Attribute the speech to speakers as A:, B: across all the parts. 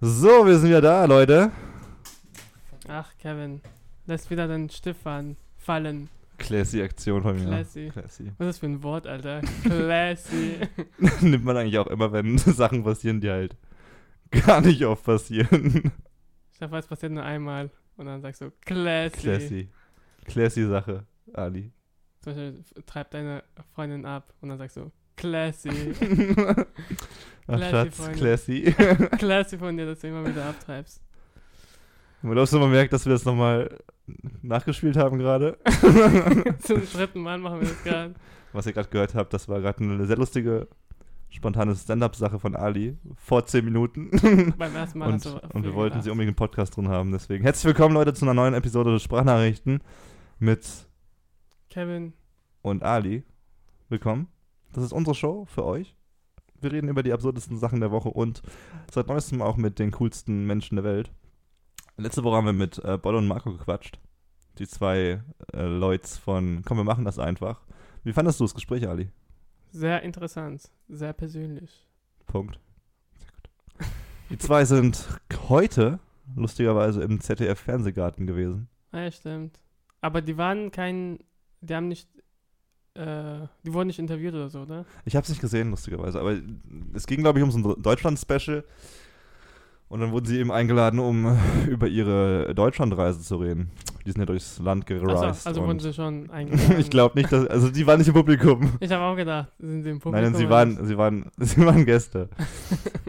A: So, wir sind wieder da, Leute.
B: Ach, Kevin. Lässt wieder deinen Stift fallen. fallen.
A: Classy Aktion von mir.
B: Classy.
A: Classy.
B: Was ist das für ein Wort, Alter? Classy.
A: Nimmt man eigentlich auch immer, wenn Sachen passieren, die halt gar nicht oft passieren.
B: ich dachte, es passiert nur einmal. Und dann sagst du Classy.
A: Classy. Classy Sache, Ali.
B: Zum Beispiel f- treib deine Freundin ab. Und dann sagst du Classy.
A: Ach,
B: Classy,
A: Schatz,
B: Freunde.
A: classy.
B: Classy von dir, dass du immer wieder abtreibst.
A: Man glaubst du, man merkt, dass wir das nochmal nachgespielt haben gerade?
B: Zum dritten Mal machen wir das gerade.
A: Was ihr gerade gehört habt, das war gerade eine sehr lustige, spontane Stand-Up-Sache von Ali. Vor 10 Minuten.
B: Beim ersten Mal
A: und,
B: hast du
A: und wir
B: viel
A: wollten sie
B: gelacht.
A: unbedingt im Podcast drin haben. Deswegen herzlich willkommen, Leute, zu einer neuen Episode des Sprachnachrichten mit
B: Kevin,
A: und Ali. Willkommen. Das ist unsere Show für euch. Wir reden über die absurdesten Sachen der Woche und seit neuestem auch mit den coolsten Menschen der Welt. Letzte Woche haben wir mit äh, Bolle und Marco gequatscht. Die zwei äh, Leuts von Komm, wir machen das einfach. Wie fandest du das Gespräch, Ali?
B: sehr interessant. Sehr persönlich.
A: Punkt. Sehr gut. Die zwei sind heute lustigerweise im ZDF-Fernsehgarten gewesen.
B: Ah, ja, stimmt. Aber die waren kein. Die haben nicht. Äh, die wurden nicht interviewt oder so, oder?
A: Ich habe es nicht gesehen, lustigerweise. Aber es ging, glaube ich, um so ein Deutschland-Special. Und dann wurden sie eben eingeladen, um äh, über ihre Deutschlandreise zu reden. Die sind ja durchs Land
B: Ach
A: gereist.
B: so, also wurden
A: und
B: sie schon eingeladen.
A: ich glaube nicht, dass. Also, die waren nicht im Publikum.
B: Ich habe auch gedacht, sind sie im Publikum?
A: Nein, sie
B: oder nicht?
A: waren, sie, waren, sie waren Gäste.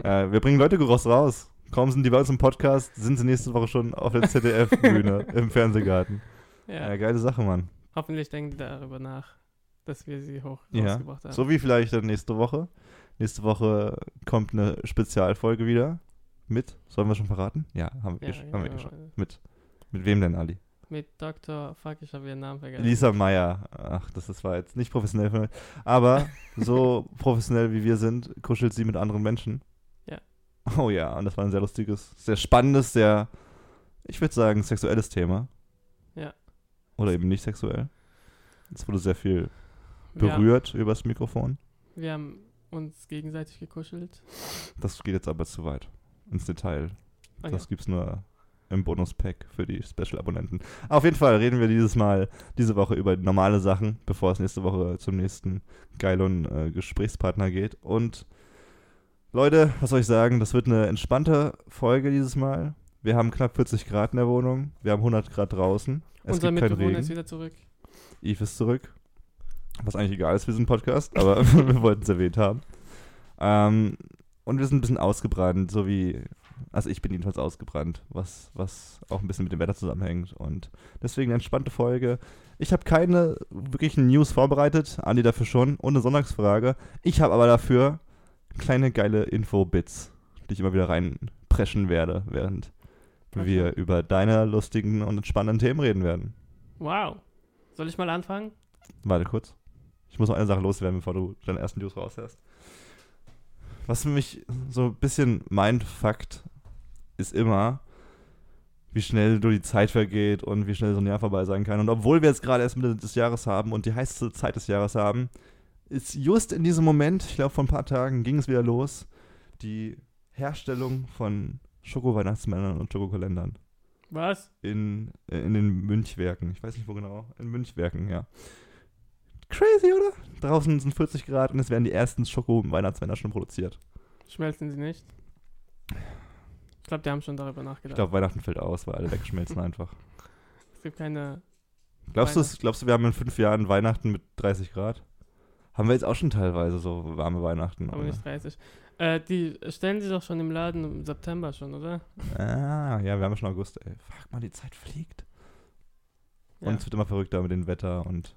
A: äh, wir bringen Leute gerost raus. Kaum sind die bei uns im Podcast, sind sie nächste Woche schon auf der ZDF-Bühne im Fernsehgarten.
B: Ja.
A: Ja. geile Sache, Mann.
B: Hoffentlich denken die darüber nach, dass wir sie hoch
A: Ja.
B: rausgebracht haben.
A: So wie vielleicht dann nächste Woche. Nächste Woche kommt eine Spezialfolge wieder. Mit, sollen wir schon verraten? Ja, haben wir,
B: ja,
A: eh schon- haben wir eh
B: genau.
A: schon. Mit, mit wem denn, Ali?
B: Mit Dr. Fuck, ich habe ihren Namen vergessen.
A: Lisa Meyer. Ach, das ist, war jetzt nicht professionell von mir. Aber so professionell wie wir sind, kuschelt sie mit anderen Menschen.
B: Ja.
A: Oh ja, und das war ein sehr lustiges, sehr spannendes, sehr, ich würde sagen, sexuelles Thema.
B: Ja.
A: Oder eben nicht sexuell. Es wurde sehr viel
B: wir, haben,
A: berührt übers Mikrofon.
B: wir haben uns gegenseitig gekuschelt.
A: Das geht jetzt aber zu weit ins Detail.
B: Ah,
A: Das gibt's nur im Bonus-Pack für die Special-Abonnenten. Auf jeden Fall reden wir dieses Mal, diese Woche über normale Sachen, bevor es nächste Woche zum nächsten geilen äh, Gesprächspartner geht. Und Leute, was soll ich sagen? Das wird eine entspannte Folge dieses Mal. Wir haben knapp 40 Grad in der Wohnung. Wir haben 100 Grad draußen.
B: ja.
A: Es
B: Unser
A: gibt keinen
B: Mitbewohner
A: Regen.
B: ist wieder zurück.
A: Eve ist zurück. Was eigentlich egal ist für diesen Podcast, aber wir wollten es erwähnt haben. Ähm, und wir sind ein bisschen ausgebrannt, so wie. Also ich bin jedenfalls ausgebrannt, was, was auch ein bisschen mit dem Wetter zusammenhängt. Und deswegen eine entspannte Folge. Ich habe keine wirklichen News vorbereitet, Andi dafür schon, und eine Sonntagsfrage. Ich habe aber dafür kleine geile Info-Bits, die ich immer wieder reinpreschen werde, während wir über deine lustigen und spannenden Themen reden werden.
B: Wow. Soll ich mal anfangen?
A: Warte kurz. Ich muss noch eine Sache loswerden, bevor du deine ersten News raushörst. Was für mich so ein bisschen mein Fakt ist immer, wie schnell du die Zeit vergeht und wie schnell so ein Jahr vorbei sein kann. Und obwohl wir jetzt gerade erst Mitte des Jahres haben und die heißeste Zeit des Jahres haben, ist just in diesem Moment, ich glaube vor ein paar Tagen, ging es wieder los, die Herstellung von Schoko-Weihnachtsmännern und Schokokalendern
B: Was?
A: in, äh, in den Münchwerken. Ich weiß nicht wo genau. In Münchwerken, ja. Crazy, oder? Draußen sind 40 Grad und es werden die ersten Schoko-Weihnachtsmänner schon produziert.
B: Schmelzen sie nicht? Ich glaube, die haben schon darüber nachgedacht.
A: Ich glaube, Weihnachten fällt aus, weil alle wegschmelzen einfach.
B: es gibt keine.
A: Glaubst du, es- glaubst du, wir haben in fünf Jahren Weihnachten mit 30 Grad? Haben wir jetzt auch schon teilweise so warme Weihnachten.
B: Aber
A: oder?
B: nicht 30. Äh, die stellen sie doch schon im Laden im September schon, oder?
A: Ah, ja, wir haben schon August, ey. Fuck mal, die Zeit fliegt.
B: Ja.
A: Und es wird immer verrückter mit dem Wetter und.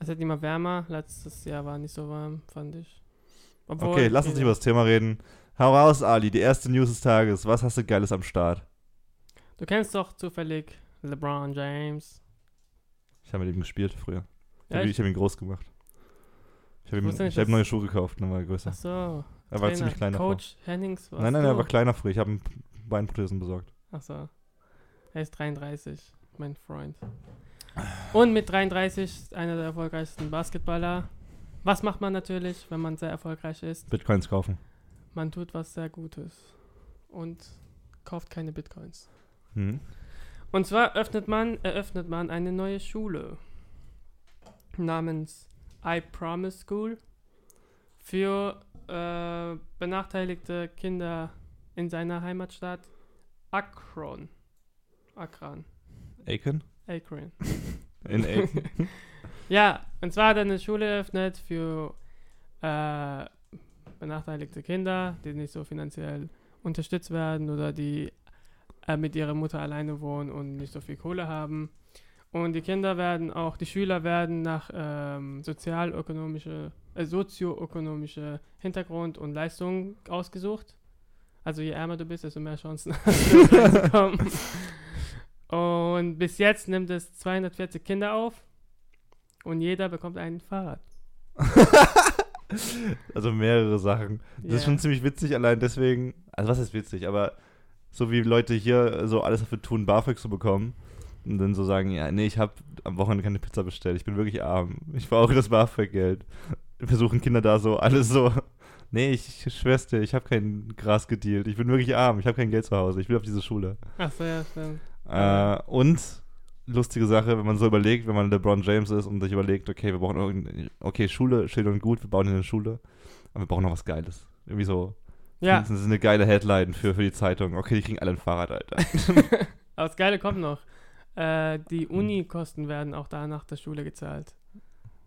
B: Es wird immer wärmer. Letztes Jahr war nicht so warm, fand ich. Obwohl,
A: Okay, lass uns nicht über das Thema reden. Hau raus, Ali, die erste News des Tages. Was hast du Geiles am Start?
B: Du kennst doch zufällig LeBron James.
A: Ich habe mit ihm gespielt früher. Ich
B: Ja,
A: habe
B: ich,
A: hab ihn groß gemacht. Ich habe ihm
B: wusste nicht,
A: ich hab
B: dass-
A: neue Schuhe gekauft, dann war er größer.
B: ach so.
A: Er war
B: Trainer,
A: ziemlich kleiner.
B: Coach genau? Hennings
A: früher.
B: warst
A: Nein, nein,
B: du?
A: er war kleiner früher. Ich habe ihm Beinprothesen besorgt.
B: Ach so. Er ist 33, mein Freund. Und mit 33 einer der erfolgreichsten Basketballer. Was macht man natürlich, wenn man sehr erfolgreich ist?
A: Bitcoins kaufen.
B: Man tut was sehr Gutes. Und kauft keine Bitcoins.
A: Hm?
B: Und zwar öffnet man, eröffnet man eine neue Schule namens I Promise School für äh, benachteiligte Kinder in seiner Heimatstadt Akron. Akran.
A: Aiken?
B: Akron.
A: In Aiken?
B: Ja, und zwar hat er eine Schule eröffnet für äh, benachteiligte Kinder, die nicht so finanziell unterstützt werden oder die äh, mit ihrer Mutter alleine wohnen und nicht so viel Kohle haben. Und die Kinder werden auch, die Schüler werden nach ähm, sozialökonomische, äh, sozioökonomische Hintergrund und Leistung ausgesucht. Also je ärmer du bist, desto mehr Chancen hast du reinzukommen. Und bis jetzt nimmt es 240 Kinder auf und jeder bekommt ein Fahrrad.
A: also mehrere Sachen. Das ist
B: Ja.
A: schon ziemlich witzig, allein deswegen. Also, was ist witzig, aber so wie Leute hier äh, so alles dafür tun, BAföG zu bekommen. Und dann so sagen, ja, nee, ich habe am Wochenende keine Pizza bestellt. Ich bin wirklich arm. Ich brauche das BAföG-Geld. Versuchen Kinder da so alles so. Nee, ich, ich schwör's dir, ich habe kein Gras gedealt. Ich bin wirklich arm. Ich habe kein Geld zu Hause. Ich will auf diese Schule.
B: Achso, ja, stimmt.
A: Äh, und lustige Sache, wenn man so überlegt, wenn man LeBron James ist und sich überlegt, okay, wir brauchen irgendeine, okay, Schule, schön und gut, wir bauen hier eine Schule, aber wir brauchen noch was Geiles. Irgendwie so.
B: Ja,
A: Das ist eine geile Headline für, für die Zeitung. Okay, die kriegen alle ein Fahrrad, Alter.
B: aber das Geile kommt noch. Äh, die Uni-Kosten werden auch da nach der Schule gezahlt.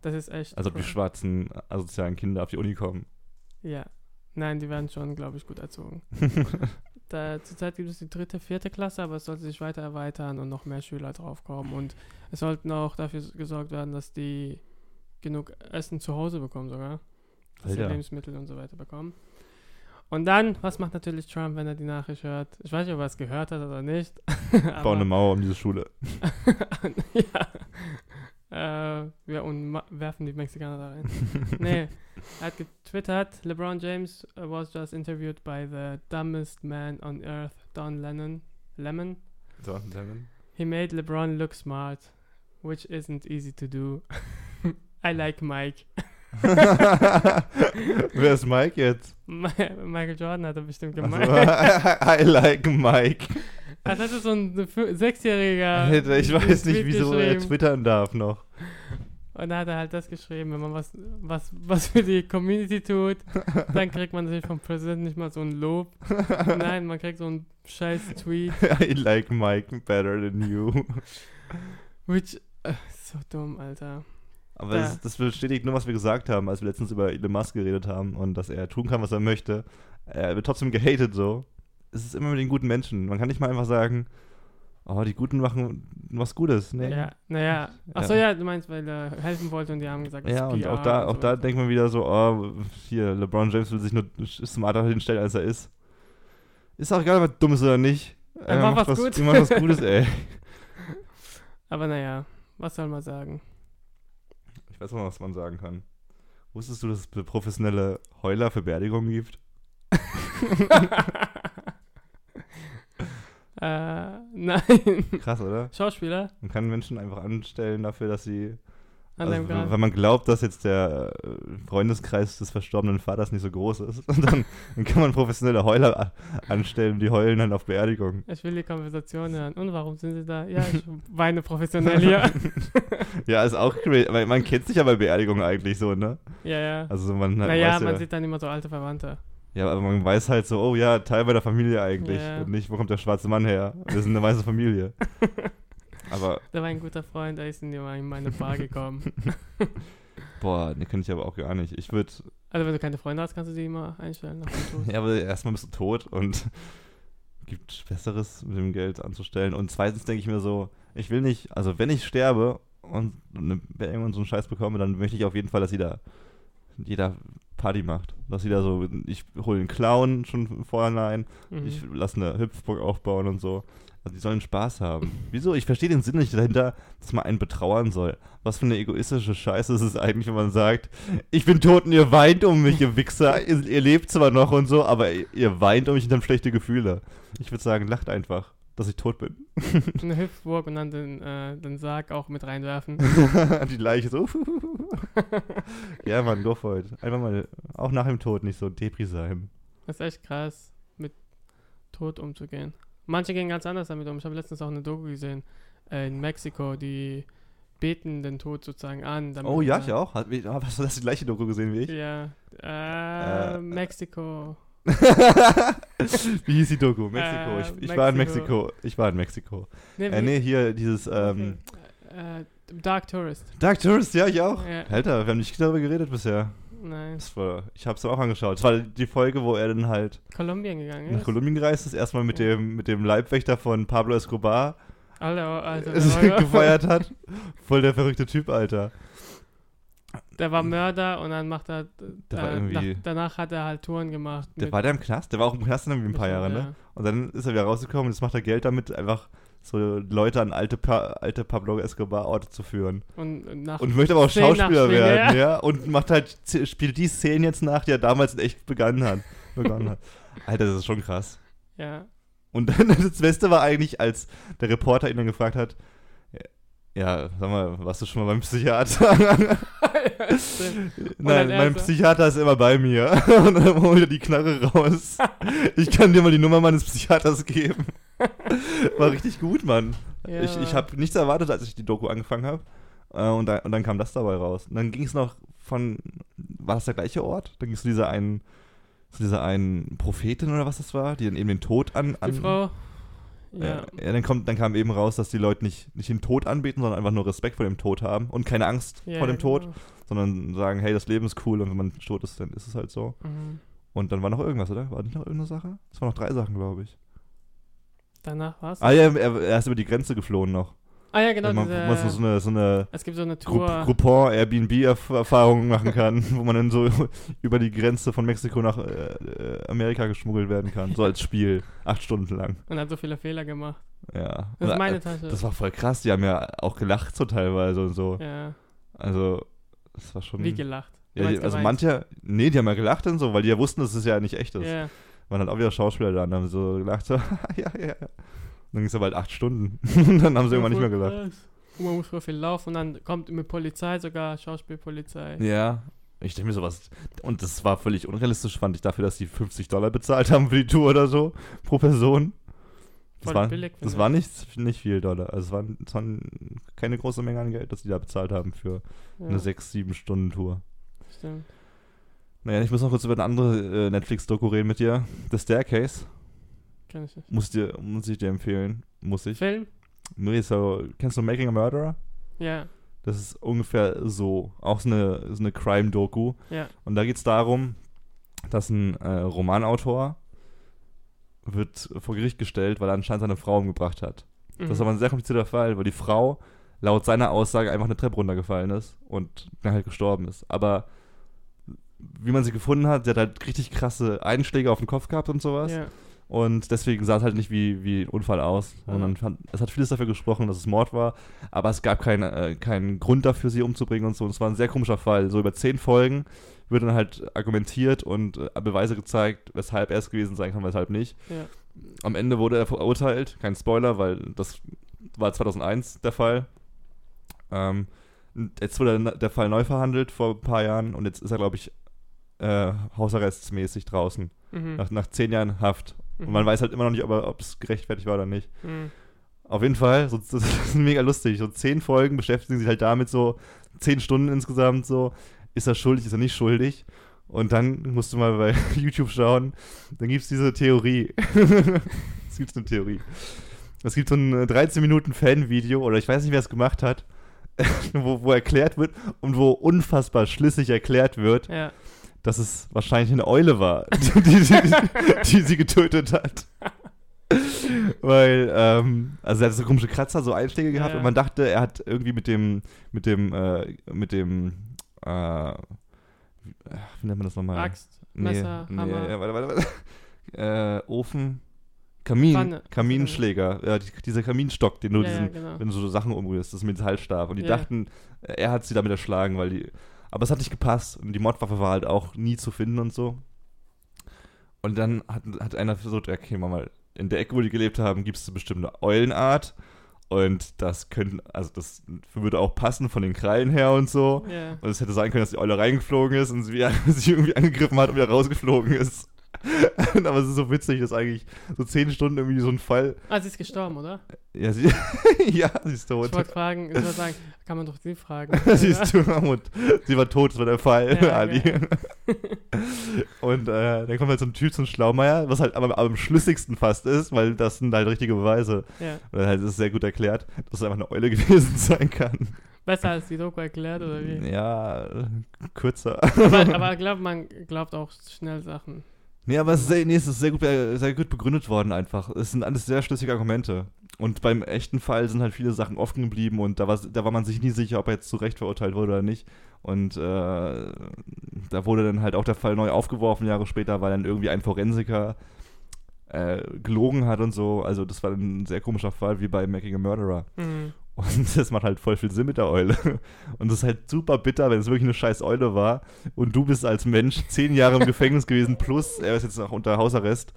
B: Das ist echt.
A: Also ob die
B: cool.
A: schwarzen asozialen Kinder auf die Uni kommen.
B: Ja. Nein, die werden schon, glaube ich, gut erzogen. Da, zurzeit gibt es die dritte, vierte Klasse, aber es sollte sich weiter erweitern und noch mehr Schüler draufkommen. Und es sollten auch dafür s- gesorgt werden, dass die genug Essen zu Hause bekommen sogar. Dass sie
A: Alter.
B: Lebensmittel und so weiter bekommen. Und dann, was macht natürlich Trump, wenn er die Nachricht hört? Ich weiß nicht, ob er es gehört hat oder nicht. aber-
A: Bauen eine Mauer um diese Schule.
B: ja. Äh, wir un ma- werfen die Mexikaner da rein. nee, er hat getwittert, LeBron James uh, was just interviewed by the dumbest man on earth, Don Lennon. Lemon.
A: So, Lemon.
B: He made LeBron look smart, which isn't easy to do. I like Mike.
A: Wer ist Mike jetzt?
B: Ma- Michael Jordan hat er bestimmt
A: Also,
B: gemeint.
A: I like Mike.
B: Das hätte so ein fü- Sechsjähriger.
A: Alter, ich
B: diesen
A: weiß nicht,
B: Tweet
A: wieso er
B: geschrieben.
A: twittern darf noch.
B: Und da hat er halt das geschrieben, wenn man was, was, was für die Community tut, dann kriegt man natürlich vom Präsidenten nicht mal so ein Lob. Nein, man kriegt so einen scheiß Tweet,
A: I like Mike better than you.
B: which, äh, so dumm, Alter.
A: Aber
B: Ja.
A: das, das bestätigt nur, was wir gesagt haben, als wir letztens über Elon Musk geredet haben und dass er tun kann, was er möchte. Er wird trotzdem gehatet so. Es ist immer mit den guten Menschen. Man kann nicht mal einfach sagen, oh, die Guten machen was Gutes. ne? Nee.
B: Ja, naja. Achso, ja. du meinst, weil er helfen wollte und die haben gesagt, das
A: Ja,
B: ist
A: und
B: PR
A: auch da,
B: und
A: auch
B: so
A: da
B: weiter.
A: denkt man wieder so, oh, hier, LeBron James will sich nur smarter hinstellen, als er ist. Ist auch egal, was dumm ist oder nicht.
B: Er macht was gut.
A: Er macht was Gutes, ey.
B: Aber naja, was soll man sagen?
A: Ich weiß noch, was man sagen kann. Wusstest du, dass es professionelle Heuler für Beerdigungen gibt?
B: äh, nein.
A: Krass, oder?
B: Schauspieler
A: Man kann Menschen einfach anstellen dafür, dass sie.
B: an
A: also,
B: deinem Grab.
A: wenn man glaubt, dass jetzt der äh, Freundeskreis des verstorbenen Vaters nicht so groß ist, dann, dann kann man professionelle Heuler a- anstellen, die heulen dann auf Beerdigungen.
B: Ich will die Konversation hören. Und warum sind sie da? Ja, ich weine professionell hier.
A: Ja, ist auch crazy. Man, man kennt sich ja bei Beerdigungen eigentlich so, ne?
B: ja, ja.
A: Also man halt
B: naja,
A: weiß
B: man
A: ja,
B: sieht dann immer so alte Verwandte.
A: ja, aber man weiß halt so, oh ja, Teil meiner Familie eigentlich.
B: Ja.
A: Und nicht, wo kommt der schwarze Mann her? Wir sind eine weiße Familie. aber,
B: Da war ein guter Freund, der ist in die- in meine Bar gekommen.
A: boah, ne, könnte ich aber auch gar nicht. Ich würde
B: Also wenn du keine Freunde hast, kannst du die immer einstellen. Nach dem Tod.
A: Ja, aber erstmal bist du tot und gibt Besseres mit dem Geld anzustellen. Und zweitens denke ich mir so, ich will nicht, also wenn ich sterbe und eine Beerdigung und so einen Scheiß bekomme, dann möchte ich auf jeden Fall, dass jeder, jeder Party macht. Dass jeder so, ich hole einen Clown schon vorhinein,
B: Mhm.
A: ich lasse eine Hüpfburg aufbauen und so. Also die sollen Spaß haben. Wieso? Ich verstehe den Sinn nicht dahinter, dass man einen betrauern soll. Was für eine egoistische Scheiße ist es eigentlich, wenn man sagt, ich bin tot und ihr weint um mich, ihr Wichser. Ihr, ihr lebt zwar noch und so, aber ihr- ihr weint um mich und habt schlechte Gefühle. Ich würde sagen, lacht einfach, dass ich tot bin.
B: Eine Hüpfburg und dann den, äh, den Sarg auch mit reinwerfen.
A: die Leiche so. ja, Mann, go for it. Einfach mal, auch nach dem Tod nicht so Depri sein.
B: Das ist echt krass, mit Tod umzugehen. Manche gehen ganz anders damit um. Ich habe letztens auch eine Doku gesehen äh, in Mexiko, die beten den Tod sozusagen an. damit
A: Oh ja,
B: man-
A: ich auch. Hat- Hast du das die gleiche Doku gesehen wie ich?
B: Ja. Äh,
A: Äh,
B: Mexiko.
A: wie hieß die Doku? Mexiko.
B: Äh,
A: ich ich war in
B: Mexiko.
A: Mexiko. Ich war in Mexiko.
B: Nee,
A: Äh,
B: wie-
A: nee, hier dieses ähm,
B: äh, Dark Tourist.
A: Dark Tourist, ja, ich auch.
B: Ja.
A: Alter, wir haben nicht darüber geredet bisher.
B: Nein.
A: Das war, ich hab's auch angeschaut. Das war die Folge, wo er dann halt
B: Kolumbien gegangen
A: nach
B: ist.
A: Kolumbien gereist ist. Erstmal mit
B: Ja.
A: dem, mit dem Leibwächter von Pablo Escobar
B: Alle, also,
A: gefeiert hat. Voll der verrückte Typ, Alter.
B: Der war Mörder und dann macht er.
A: Der war
B: äh,
A: irgendwie-
B: nach, danach hat er halt Touren gemacht.
A: Der
B: mit-
A: war der im Knast? Der war auch im Knast dann irgendwie ein paar
B: mit-
A: Jahre, ne?
B: ja.
A: Und dann ist er wieder rausgekommen und jetzt macht er Geld damit, einfach so Leute an alte, pa alte Pablo Escobar-Orte zu führen.
B: Und nach
A: Und möchte aber auch
B: Szenen
A: Schauspieler
B: nachspielen,
A: werden, ja. Und macht halt, z- spielt die Szenen jetzt nach, die er damals in echt begangen hat. Begonnen hat. Alter, das ist schon krass.
B: ja.
A: Und dann das Beste war eigentlich, als der Reporter ihn dann gefragt hat, ja, sag mal, warst du schon mal beim Psychiater?
B: stimmt.
A: Nein,
B: er
A: mein
B: so-
A: Psychiater ist immer bei mir. Und dann holt er die Knarre raus. Ich kann dir mal die Nummer meines Psychiaters geben. War richtig gut, Mann.
B: Ja,
A: ich ich
B: Mann.
A: habe nichts erwartet, als ich die Doku angefangen habe. Äh, und, da, und dann kam das dabei raus. Und dann ging es noch von, war das der gleiche Ort? Dann ging es zu dieser einen, zu dieser einen Prophetin oder was das war, die dann eben den Tod an...
B: Die
A: an Äh,
B: Frau.
A: ja.
B: Ja.
A: ja, dann kommt, dann kam eben raus, dass die Leute nicht, nicht den Tod anbeten, sondern einfach nur Respekt vor dem Tod haben und keine Angst
B: Ja,
A: vor dem Tod
B: genau.
A: sondern sagen, hey, das Leben ist cool und wenn man tot ist, dann ist es halt so.
B: Mhm.
A: Und dann war noch irgendwas, oder? War nicht noch irgendeine Sache? Es waren noch drei Sachen, glaube ich.
B: Danach war's.
A: Ah ja, er, er ist über die Grenze geflohen noch. Also
B: Ah ja, genau.
A: man, wo man
B: diese,
A: so so eine, so eine
B: es gibt so eine Tour.
A: Group, Groupon, Airbnb-Erfahrung machen kann, wo man dann so über die Grenze von Mexiko nach äh, äh, Amerika geschmuggelt werden kann. So als Spiel. Acht Stunden lang.
B: Und hat so viele Fehler gemacht.
A: Ja.
B: Das
A: Und, äh,
B: ist meine Tasche.
A: das war voll krass. Die haben ja auch gelacht so teilweise und so.
B: ja.
A: Also, das war schon...
B: Wie gelacht. Du
A: ja, die,
B: meinst
A: also
B: geweint.
A: manche, nee, die haben ja gelacht und so, weil die ja wussten, dass es ja nicht echt ist.
B: Ja.
A: waren halt auch wieder Schauspieler da und haben so gelacht, so, ja, ja, ja. Und dann ging es aber halt acht Stunden. und dann haben sie irgendwann nicht mehr gelacht.
B: Und man muss voll viel laufen und dann kommt mit Polizei sogar, Schauspielpolizei.
A: Ja. Ich denke mir sowas. Und das war völlig unrealistisch, fand ich, dafür, dass die 50 Dollar bezahlt haben für die Tour oder so, pro Person. Das
B: Voll
A: war,
B: billig, finde
A: das
B: ich.
A: war nicht, nicht viel Dollar. Also es waren, es waren keine große Menge an Geld, das die da bezahlt haben für
B: Ja,
A: eine 6-7-Stunden-Tour.
B: stimmt.
A: Naja, ich muss noch kurz über eine andere äh, Netflix-Doku reden mit dir. The Staircase.
B: Kann ich nicht.
A: Muss, dir, muss ich dir empfehlen. Muss ich.
B: Film?
A: Nee, so, kennst du Making a Murderer?
B: Ja.
A: Das ist ungefähr so. Auch so eine, so eine Crime-Doku.
B: Ja.
A: Und da geht es darum, dass ein äh, Romanautor wird vor Gericht gestellt, weil er anscheinend seine Frau umgebracht hat.
B: Mhm.
A: Das ist aber ein sehr komplizierter Fall, weil die Frau laut seiner Aussage einfach eine Treppe runtergefallen ist und dann halt gestorben ist. Aber wie man sie gefunden hat, sie hat halt richtig krasse Einschläge auf den Kopf gehabt und sowas.
B: Ja.
A: Und deswegen sah es halt nicht wie, wie ein Unfall aus.
B: Ah.
A: Sondern fand, es hat vieles dafür gesprochen, dass es Mord war. Aber es gab keinen äh, keinen Grund dafür, sie umzubringen und so. Und es war ein sehr komischer Fall. So über zehn Folgen wird dann halt argumentiert und äh, Beweise gezeigt, weshalb er es gewesen sein kann, weshalb nicht.
B: Ja.
A: Am Ende wurde er verurteilt. Kein Spoiler, weil das war 2001 der Fall. Ähm, und jetzt wurde der- der Fall neu verhandelt vor ein paar Jahren. Und jetzt ist er, glaube ich, äh, hausarrestmäßig draußen.
B: Mhm.
A: Nach, nach zehn Jahren Haft. Und man weiß halt immer noch nicht, ob es gerechtfertigt war oder nicht.
B: Mhm.
A: Auf jeden Fall, so, das ist mega lustig. So zehn Folgen beschäftigen sich halt damit so, zehn Stunden insgesamt so, ist er schuldig, ist er nicht schuldig? Und dann musst du mal bei YouTube schauen, dann gibt es diese Theorie. es gibt eine Theorie. Es gibt so ein 13 Minuten Fan-Video, oder ich weiß nicht, wer es gemacht hat, wo, wo erklärt wird und wo unfassbar schlüssig erklärt wird,
B: Ja.
A: dass es wahrscheinlich eine Eule war, die, die, die, die sie getötet hat. Weil, ähm, also er hat so komische Kratzer, so Einschläge gehabt
B: Ja.
A: und man dachte, er hat irgendwie mit dem, mit dem, äh, mit dem, äh, wie ach, wie nennt man das nochmal?
B: Axt, Messer, Hammer.
A: ja, warte, warte, warte. Äh, Ofen, Kamin,
B: Pfanne.
A: Kaminschläger, ja, die, dieser Kaminstock, den du
B: ja,
A: diesen,
B: ja, genau.
A: wenn du so Sachen umrührst, das mit Metallstab. Und die
B: Ja.
A: dachten, äh, er hat sie damit erschlagen, weil die. Aber es hat nicht gepasst. Und die Mordwaffe war halt auch nie zu finden und so. Und dann hat, hat einer versucht, ja, okay, mal, in der Ecke, wo die gelebt haben, gibt es bestimmt eine Eulenart. Und das könnten, also das würde auch passen von den Krallen her und so.
B: Ja.
A: Und es hätte sein können, dass die Eule reingeflogen ist und sie, sie irgendwie angegriffen hat und wieder rausgeflogen ist. Aber es ist so witzig, dass eigentlich so zehn Stunden irgendwie so ein Fall.
B: Ah, sie ist gestorben, oder?
A: Ja, sie, ja, sie ist tot.
B: Ich wollte fragen, ich wollte sagen, kann man doch sie fragen.
A: sie ist tot. Sie war tot, das war der Fall,
B: Ja,
A: Ali.
B: geil.
A: Und äh, dann kommt halt so ein Typ zum Schlaumeier, was halt am, am schlüssigsten fast ist, weil das sind halt richtige Beweise.
B: ja.
A: Und dann halt ist es sehr gut erklärt, dass es einfach eine Eule gewesen sein kann.
B: Besser als die Doku erklärt, oder wie?
A: Ja, äh, kürzer.
B: aber aber glaub, man glaubt auch schnell Sachen.
A: Nee, aber es ist, sehr, nee, es ist sehr, gut, äh, sehr gut begründet worden einfach. Es sind alles sehr schlüssige Argumente. Und beim echten Fall sind halt viele Sachen offen geblieben und da, war- da war man sich nie sicher, ob er jetzt zu Recht verurteilt wurde oder nicht. Und äh, da wurde dann halt auch der Fall neu aufgeworfen Jahre später, weil dann irgendwie ein Forensiker äh, gelogen hat und so. Also das war dann ein sehr komischer Fall, wie bei Making a Murderer.
B: Mhm.
A: Und das macht halt voll viel Sinn mit der Eule. Und das ist halt super bitter, wenn es wirklich eine scheiß Eule war und du bist als Mensch zehn Jahre im Gefängnis gewesen, plus er ist jetzt noch unter Hausarrest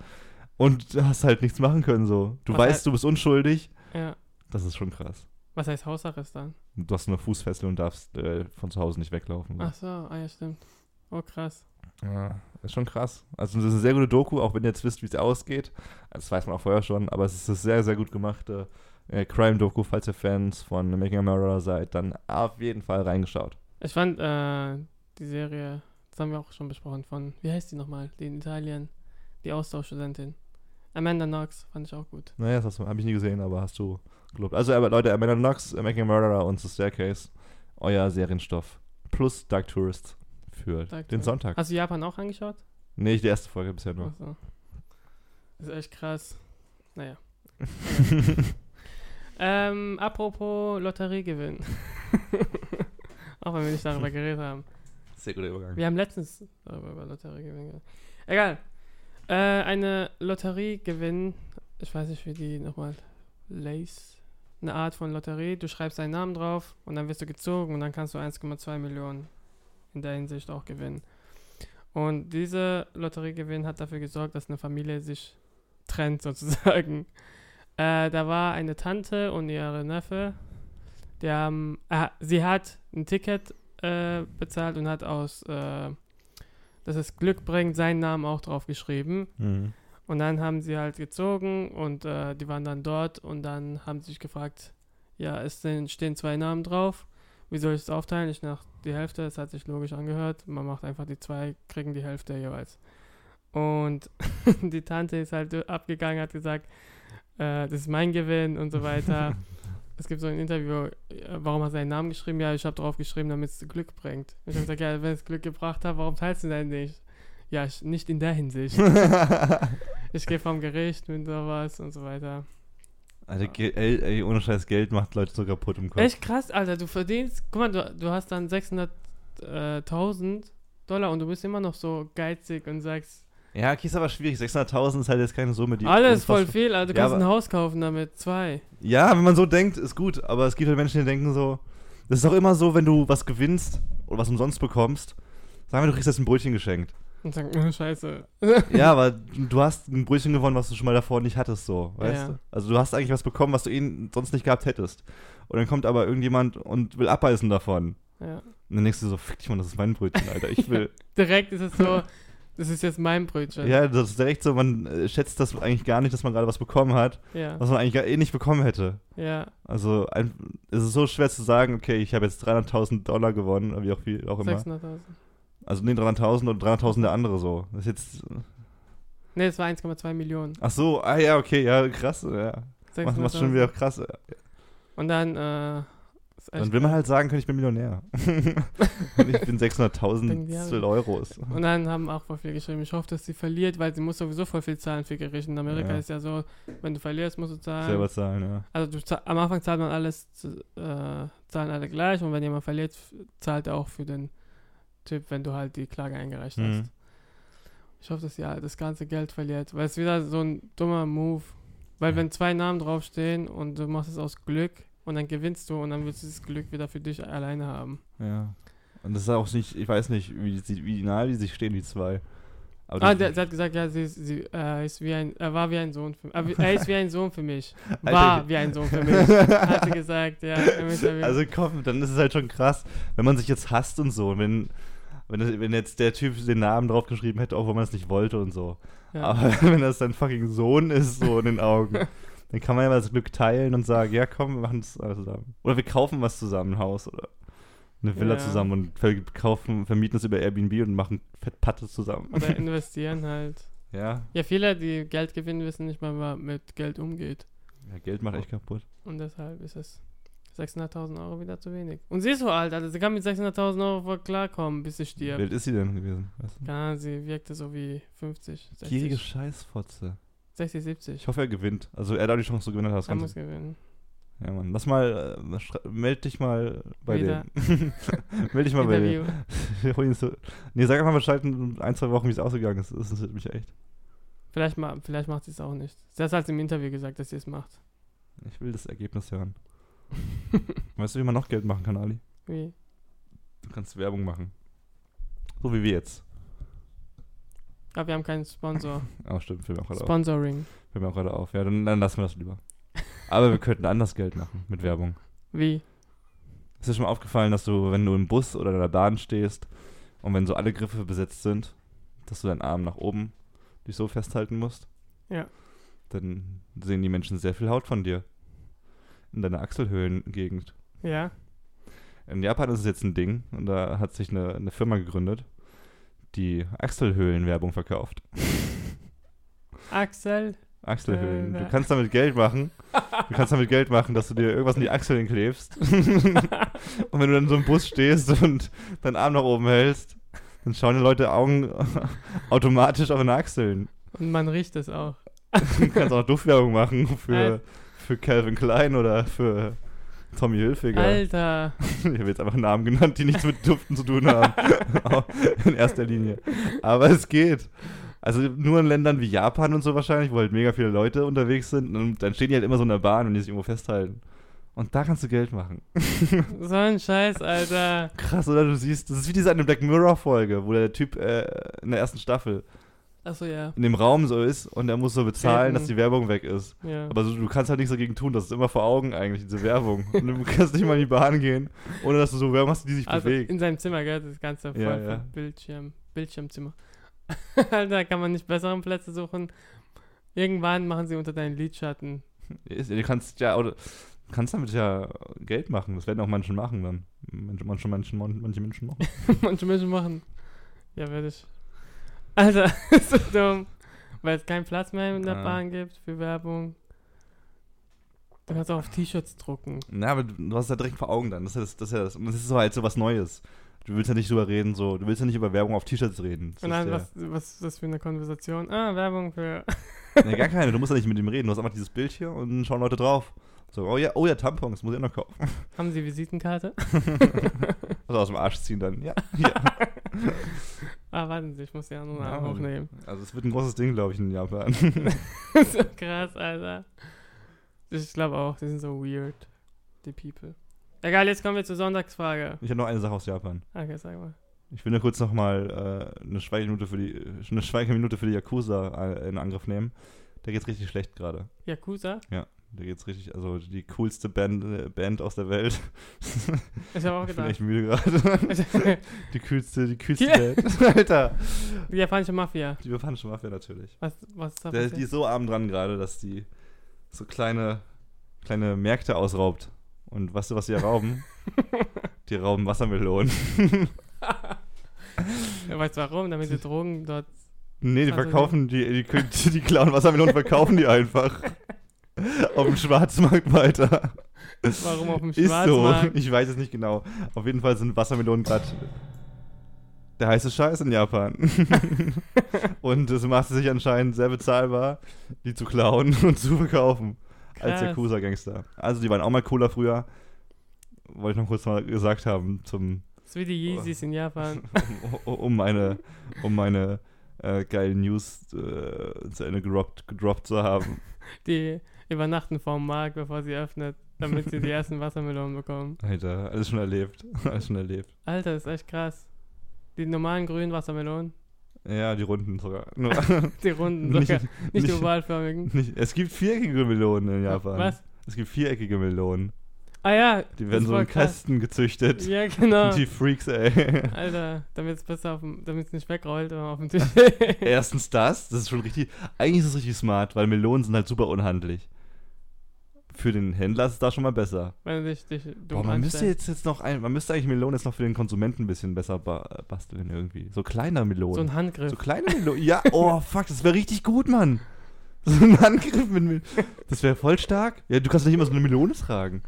A: und du hast halt nichts machen können so. Du
B: Was
A: weißt,
B: halt-
A: du bist unschuldig.
B: Ja.
A: Das ist schon krass.
B: Was heißt Hausarrest dann?
A: Du hast eine Fußfessel und darfst äh, von zu Hause nicht weglaufen.
B: Ach so, ah, ja, stimmt. Oh, krass.
A: Ja, ist schon krass. Also das ist eine sehr gute Doku, auch wenn ihr jetzt wisst, wie es ausgeht. Also, Das weiß man auch vorher schon, aber es ist eine sehr, sehr gut gemachte äh, Crime-Doku. Falls ihr Fans von Making a Murderer seid, dann auf jeden Fall reingeschaut.
B: Ich fand äh, die Serie, das haben wir auch schon besprochen, von, wie heißt die nochmal? Die in Italien, die Austauschstudentin. Amanda Knox, fand ich auch gut.
A: Naja, Ne, das habe ich nie gesehen, aber hast du gelobt. Also aber Leute, Amanda Knox, äh, Making a Murderer und The Staircase, euer Serienstoff. Plus Dark Tourist für den
B: Dark Tourist. Also
A: Sonntag.
B: Hast du Japan auch angeschaut?
A: Nee, die erste Folge bisher nur.
B: Ach so. Ist echt krass. Naja. ähm, apropos Lotteriegewinn. auch wenn wir nicht darüber geredet haben.
A: Sehr guter Übergang.
B: Wir haben letztens darüber über Lotteriegewinn geredet. Egal. Äh, eine Lotteriegewinn, ich weiß nicht, wie die nochmal, Lace, eine Art von Lotterie. Du schreibst deinen Namen drauf und dann wirst du gezogen und dann kannst du 1,2 Millionen in der Hinsicht auch gewinnen. Und dieser Lotteriegewinn hat dafür gesorgt, dass eine Familie sich trennt sozusagen. Äh, da war eine Tante und ihre Neffe, die haben, ah, sie hat ein Ticket äh, bezahlt und hat aus, äh, dass es Glück bringt, seinen Namen auch drauf geschrieben.
A: Mhm.
B: Und dann haben sie halt gezogen und äh, die waren dann dort und dann haben sie sich gefragt, ja, es sind, stehen zwei Namen drauf, wie soll ich es aufteilen? Ich nach die Hälfte, es hat sich logisch angehört, man macht einfach die zwei, kriegen die Hälfte jeweils. Und die Tante ist halt abgegangen, hat gesagt, äh, das ist mein Gewinn und so weiter. es gibt so ein Interview, äh, warum hast du deinen Namen geschrieben? Ja, ich habe drauf geschrieben, damit es Glück bringt. Ich habe gesagt, ja, wenn es Glück gebracht hat, warum teilst du denn nicht? Ja, ich, nicht in der Hinsicht ich gehe vom Gericht mit sowas und so weiter.
A: Alter, Also, Ge- ey, ey, ohne Scheiß Geld macht Leute so kaputt im Kopf.
B: Echt krass, Alter, du verdienst, guck mal, du, du hast dann 600.000 Dollar und du bist immer noch so geizig und sagst,
A: Ja, okay, ist aber schwierig. 600.000 ist halt jetzt keine Summe, die.
B: alles
A: unfassbar-
B: voll viel, also du
A: Ja,
B: kannst ein
A: aber-
B: Haus kaufen damit, zwei.
A: Ja, wenn man so denkt, ist gut, aber es gibt halt Menschen, die denken so, das ist auch immer so, wenn du was gewinnst oder was umsonst bekommst, sagen wir, du kriegst jetzt ein Brötchen geschenkt.
B: Und sagen, oh, scheiße.
A: Ja, aber du hast ein Brötchen gewonnen, was du schon mal davor nicht hattest, so, weißt
B: Ja.
A: du? Also du hast eigentlich was bekommen, was du eh sonst nicht gehabt hättest. Und dann kommt aber irgendjemand und will abbeißen davon.
B: Ja.
A: Und dann denkst du so, fick dich mal, das ist mein Brötchen, Alter, ich will.
B: Direkt ist es so, das ist jetzt mein Brötchen.
A: ja, das ist direkt so, man äh, schätzt das eigentlich gar nicht, dass man gerade was bekommen hat,
B: ja.
A: was man eigentlich gar eh nicht bekommen hätte.
B: ja.
A: Also ein, es ist so schwer zu sagen, okay, ich habe jetzt 300.000 Dollar gewonnen, oder wie auch, wie auch immer.
B: 600.000.
A: Also nee, 300.000 und 300.000 der andere so. Das ist jetzt,
B: Ne, es war 1,2 Millionen.
A: ach so, ah ja, okay, ja, krass, ja. Macht, macht schon
B: 600.000.
A: wieder krass,
B: Und dann, äh, ist echt
A: Dann will man halt sagen können, ich bin Millionär. und ich bin 600.000
B: Milliarden.
A: Euros.
B: halt. Und dann haben auch voll viel geschrieben, ich hoffe, dass sie verliert, weil sie muss sowieso voll viel zahlen für Gericht. In Amerika
A: Ja.
B: ist ja so, wenn du verlierst, musst du zahlen.
A: Selber zahlen, ja.
B: Also du, zahl- am Anfang zahlt man alles, zu- äh, zahlen alle gleich und wenn jemand verliert, f- zahlt er auch für den Typ, wenn du halt die Klage eingereicht
A: Mhm.
B: hast. Ich hoffe, dass ja das ganze Geld verliert, weil es ist wieder so ein dummer Move. Weil
A: Ja.
B: wenn zwei Namen draufstehen und du machst es aus Glück und dann gewinnst du und dann willst du das Glück wieder für dich alleine haben.
A: ja. Und das ist auch nicht, ich weiß nicht, wie, sie- wie nahe die sich stehen, die zwei. Aber
B: ah,
A: das-
B: der, sie hat gesagt, ja, sie, ist- sie äh, ist wie ein, er war wie ein Sohn für, äh, wie- er ist wie ein Sohn für mich.
A: Alter,
B: War
A: ich-
B: wie ein Sohn für mich. Hat sie gesagt, ja. er ist ja wie-
A: Also komm, dann ist es halt schon krass, wenn man sich jetzt hasst und so. Und wenn, Wenn, das- wenn jetzt der Typ den Namen draufgeschrieben hätte, auch wenn man es nicht wollte und so.
B: Ja.
A: Aber wenn das dein fucking Sohn ist, so in den Augen, dann kann man ja mal das Glück teilen und sagen, ja komm, wir machen das alle zusammen. Oder wir kaufen was zusammen, ein Haus oder eine Villa
B: Ja.
A: zusammen und verkaufen, vermieten es über Airbnb und machen fett Patte zusammen.
B: Oder investieren halt.
A: ja.
B: Ja, viele, die Geld gewinnen, wissen nicht mal, wie man mit Geld umgeht.
A: ja, Geld macht echt kaputt.
B: Und deshalb ist es 600.000 Euro wieder zu wenig. Und sie ist so alt, also sie kann mit 600.000 Euro voll klarkommen, bis sie
A: Wie
B: stirbt.
A: alt ist sie denn gewesen? Weißt du?
B: Ja, sie wirkte so wie 50,
A: Gierige
B: 60,
A: Scheißfotze.
B: 60 70.
A: Ich hoffe, er gewinnt. Also er hat auch die Chance, so gewinnen das
B: Er muss
A: Ganze.
B: gewinnen.
A: Ja, Mann. Lass mal, äh, schrei- meld dich mal bei
B: Wieder.
A: denen. meld dich mal bei denen.
B: Interview.
A: Hol ihn so. Nee, sag einfach Bescheid in ein, zwei Wochen, wie es ausgegangen ist. Das interessiert mich echt.
B: Vielleicht, ma vielleicht macht sie es auch nicht. Sie hat halt im Interview gesagt, dass sie es macht.
A: Ich will das Ergebnis hören. weißt du, wie man noch Geld machen kann, Ali?
B: Wie?
A: Du kannst Werbung machen. So wie wir jetzt.
B: Aber wir haben keinen Sponsor.
A: Ah, stimmt, fällt mir auch gerade auf.
B: Sponsoring.
A: Fällt mir auch gerade auf. Ja, dann, dann lassen wir das lieber. Aber wir könnten anders Geld machen mit Werbung.
B: Wie?
A: Ist dir schon mal aufgefallen, dass du, wenn du im Bus oder in der Bahn stehst und wenn so alle Griffe besetzt sind, dass du deinen Arm nach oben dich so festhalten musst?
B: Ja.
A: Dann sehen die Menschen sehr viel Haut von dir. In deiner Achselhöhlengegend.
B: Ja?
A: In Japan ist es jetzt ein Ding und da hat sich eine, eine Firma gegründet, die Achselhöhlenwerbung verkauft.
B: Axel?
A: Achselhöhlen.
B: Äh,
A: Du kannst damit Geld machen. Du kannst damit Geld machen, dass du dir irgendwas in die Achseln klebst. und wenn du dann so im Bus stehst und deinen Arm nach oben hältst, dann schauen die Leute Augen automatisch auf deine Achseln.
B: Und man riecht es auch.
A: Du kannst auch Duftwerbung machen für, für Calvin Klein oder für Tommy Hilfiger.
B: Alter.
A: Ich habe jetzt einfach Namen genannt, die nichts mit Duften zu tun haben. Auch in erster Linie. Aber es geht. Also nur in Ländern wie Japan und so wahrscheinlich, wo halt mega viele Leute unterwegs sind. Und dann stehen die halt immer so in der Bahn und die sich irgendwo festhalten. Und da kannst du Geld machen.
B: So ein Scheiß, Alter.
A: Krass, oder? Du siehst, das ist wie diese eine Black Mirror-Folge, wo der Typ äh, in der ersten Staffel
B: Achso, ja.
A: in dem Raum so ist und er muss so bezahlen,
B: Wetten.
A: dass die Werbung weg ist.
B: ja.
A: Aber so, du kannst halt nichts dagegen tun, das ist immer vor Augen eigentlich, diese Werbung. Und du kannst nicht mal in die Bahn gehen, ohne dass du so Werbung hast, die sich
B: Also
A: bewegt.
B: in seinem Zimmer, gell? Das ganze voll
A: Ja,
B: von
A: ja.
B: Bildschirm, Bildschirmzimmer. Alter, kann man nicht besseren Plätze suchen. Irgendwann machen sie unter deinen Lidschatten.
A: Ist, du kannst ja oder du kannst damit ja Geld machen. Das werden auch manche machen dann. Manche, manche, manche, manche Menschen machen.
B: Manche Menschen machen. Ja, würde ich. Alter, ist so dumm. Weil es keinen Platz mehr in der
A: Ah.
B: Bahn gibt für Werbung. Du kannst auch auf T-Shirts drucken.
A: Na, aber du du hast ja direkt vor Augen dann. Das ist ja das, das, ist ja das. Und das ist so halt so was Neues. Du willst ja nicht drüber reden, so. Du willst ja nicht über Werbung auf T-Shirts reden. Das
B: Und
A: ist
B: dann,
A: ja,
B: was, was ist das für eine Konversation? Ah, Werbung für.
A: Nee, gar keine. Du musst ja nicht mit ihm reden. Du hast einfach dieses Bild hier und dann schauen Leute drauf. So, oh ja, oh ja, Tampons, muss ich auch noch kaufen.
B: Haben Sie Visitenkarte?
A: Also aus dem Arsch ziehen dann. Ja. ja.
B: Ah, warten Sie, ich muss die anderen
A: Ja,
B: Arm
A: Mann.
B: hochnehmen.
A: Also es wird ein großes Ding, glaube ich, in Japan.
B: so krass, Alter. Ich glaube auch, die sind so weird, die People. Egal, jetzt kommen wir zur Sonntagsfrage.
A: Ich habe noch eine Sache aus Japan.
B: Okay, sag mal.
A: Ich will nur kurz nochmal äh, eine, Schweigeminute für die, eine Schweigeminute für die Yakuza äh, in Angriff nehmen. Da geht's richtig schlecht gerade.
B: Yakuza?
A: Da geht's richtig, also die coolste Band, äh, Band aus der Welt.
B: Ich habe auch
A: Ich bin echt
B: gedacht.
A: müde gerade. die kühlste, die kühlste
B: Ja.
A: Band. Alter.
B: die japanische Mafia.
A: Die japanische Mafia natürlich.
B: Was, was ist da
A: Der, die
B: passiert?
A: ist so arm dran gerade, dass die so kleine, kleine Märkte ausraubt. Und weißt du, was die da rauben? die rauben Wassermelonen.
B: Ja, Weißt du warum? Damit die Drogen dort.
A: Nee, die
B: Also
A: verkaufen, die, die, die, die klauen Wassermelonen, und verkaufen die einfach. auf dem Schwarzmarkt weiter.
B: Warum auf dem
A: Ist so.
B: Schwarzmarkt?
A: Ich weiß es nicht genau. Auf jeden Fall sind Wassermelonen gerade der heiße Scheiß in Japan. und es macht sich anscheinend sehr bezahlbar, die zu klauen und zu verkaufen. Als
B: Krass.
A: Yakuza-Gangster. Also, die waren auch mal cooler früher. Wollte ich noch kurz mal gesagt haben, zum,
B: Ist wie die Yeezys in Japan.
A: um, um meine, um meine äh, geilen News äh, zu Ende gedroppt, gedroppt zu haben.
B: Die übernachten vorm Markt, bevor sie öffnet, damit sie die ersten Wassermelonen bekommen.
A: Alter, alles schon erlebt. Alles schon erlebt.
B: Alter, ist echt krass. Die normalen grünen Wassermelonen,
A: Ja, die Runden sogar. Nur,
B: die runden, sogar, nicht,
A: nicht-
B: die ovalförmigen.
A: Nicht, es gibt viereckige Melonen in Japan.
B: Was?
A: Es gibt viereckige Melonen.
B: Ah ja.
A: Die
B: das
A: werden so
B: war
A: in
B: krass.
A: Kästen gezüchtet.
B: Ja, genau.
A: Die Freaks, ey.
B: Alter, damit es besser auf dem, damit es nicht wegrollt aber auf dem Tisch.
A: Erstens das, das ist schon richtig, eigentlich ist es richtig smart, weil Melonen sind halt super unhandlich. Für den Händler ist es da schon mal besser.
B: Wenn du dich, dich dumm
A: Boah, man müsste
B: anstellst.
A: jetzt, jetzt noch ein, man müsste eigentlich Melonen jetzt noch für den Konsumenten ein bisschen besser ba äh, basteln irgendwie. So kleiner Melonen.
B: So ein Handgriff.
A: So kleine Melonen. Ja, oh fuck, das wäre richtig gut, Mann. So ein Angriff mit Mel Das wäre voll stark. Ja, du kannst nicht immer so eine Melone tragen.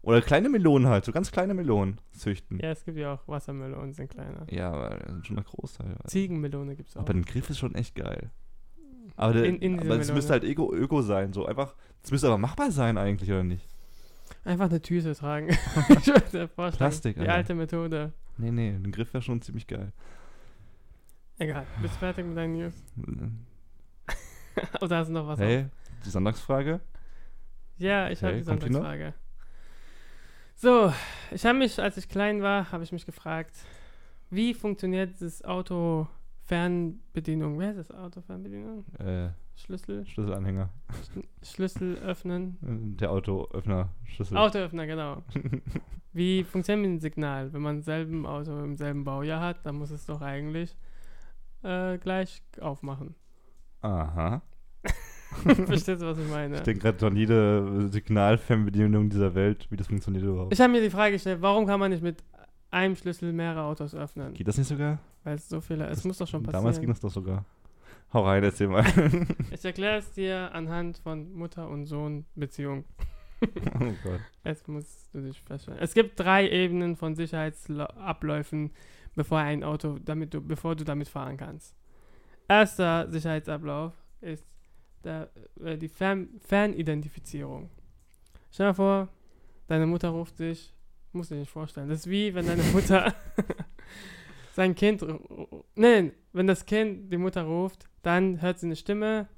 A: Oder kleine Melonen halt, so ganz kleine Melonen züchten. Ja,
B: ja, es gibt ja auch Wassermelonen, sind kleiner.
A: aber das sind schon mal Großteil.
B: Ziegenmelone gibt es auch.
A: Äh, Aber ein Griff ist schon echt geil. Aber, der,
B: In- in diese
A: aber es
B: Melone.
A: müsste halt Ego, Öko sein, so einfach. Es müsste aber machbar sein eigentlich, oder nicht?
B: Einfach eine Tüte tragen. ich würde vorstellen.
A: Plastik,
B: Die
A: Alter.
B: alte Methode.
A: Nee, nee, ein Griff wäre schon ziemlich geil.
B: Egal, bist fertig mit deinen News. Oder hast du noch was?
A: hey, die Sonntagsfrage?
B: Ja, ich habe
A: Hey,
B: die
A: kommt die noch?
B: Sonntagsfrage. So, ich habe mich, als ich klein war, habe ich mich gefragt, wie funktioniert das Auto Fernbedienung? Wer ist das Auto Fernbedienung?
A: Äh,
B: Schlüssel,
A: Schlüsselanhänger.
B: Schlüssel öffnen,
A: Der Autoöffner, Schlüssel.
B: Autoöffner, genau. Wie funktioniert ein Signal? Wenn man selben Auto im selben Baujahr hat, dann muss es doch eigentlich äh, gleich aufmachen.
A: Aha.
B: Verstehst du, was ich meine?
A: Ich denke gerade an jede Signalfernbedienung dieser Welt, wie das funktioniert überhaupt.
B: Ich habe mir die Frage gestellt, warum kann man nicht mit einem Schlüssel mehrere Autos öffnen?
A: Geht das nicht sogar?
B: Weil es so viele, es
A: Das-
B: muss doch schon passieren.
A: Damals ging das doch sogar. Hau rein, erzähl mal.
B: Ich erkläre es dir anhand von Mutter- und Sohn-Beziehung.
A: oh Gott.
B: Es musst du dich feststellen. Es gibt drei Ebenen von Sicherheitsabläufen, bevor ein Auto, damit du, bevor du damit fahren kannst. Erster Sicherheitsablauf ist der, äh, die Fern Fernidentifizierung. Stell dir vor, deine Mutter ruft dich, muss dir nicht vorstellen. Das ist wie wenn deine Mutter sein Kind, ru- ru- nein, wenn das Kind die Mutter ruft, dann hört sie eine Stimme,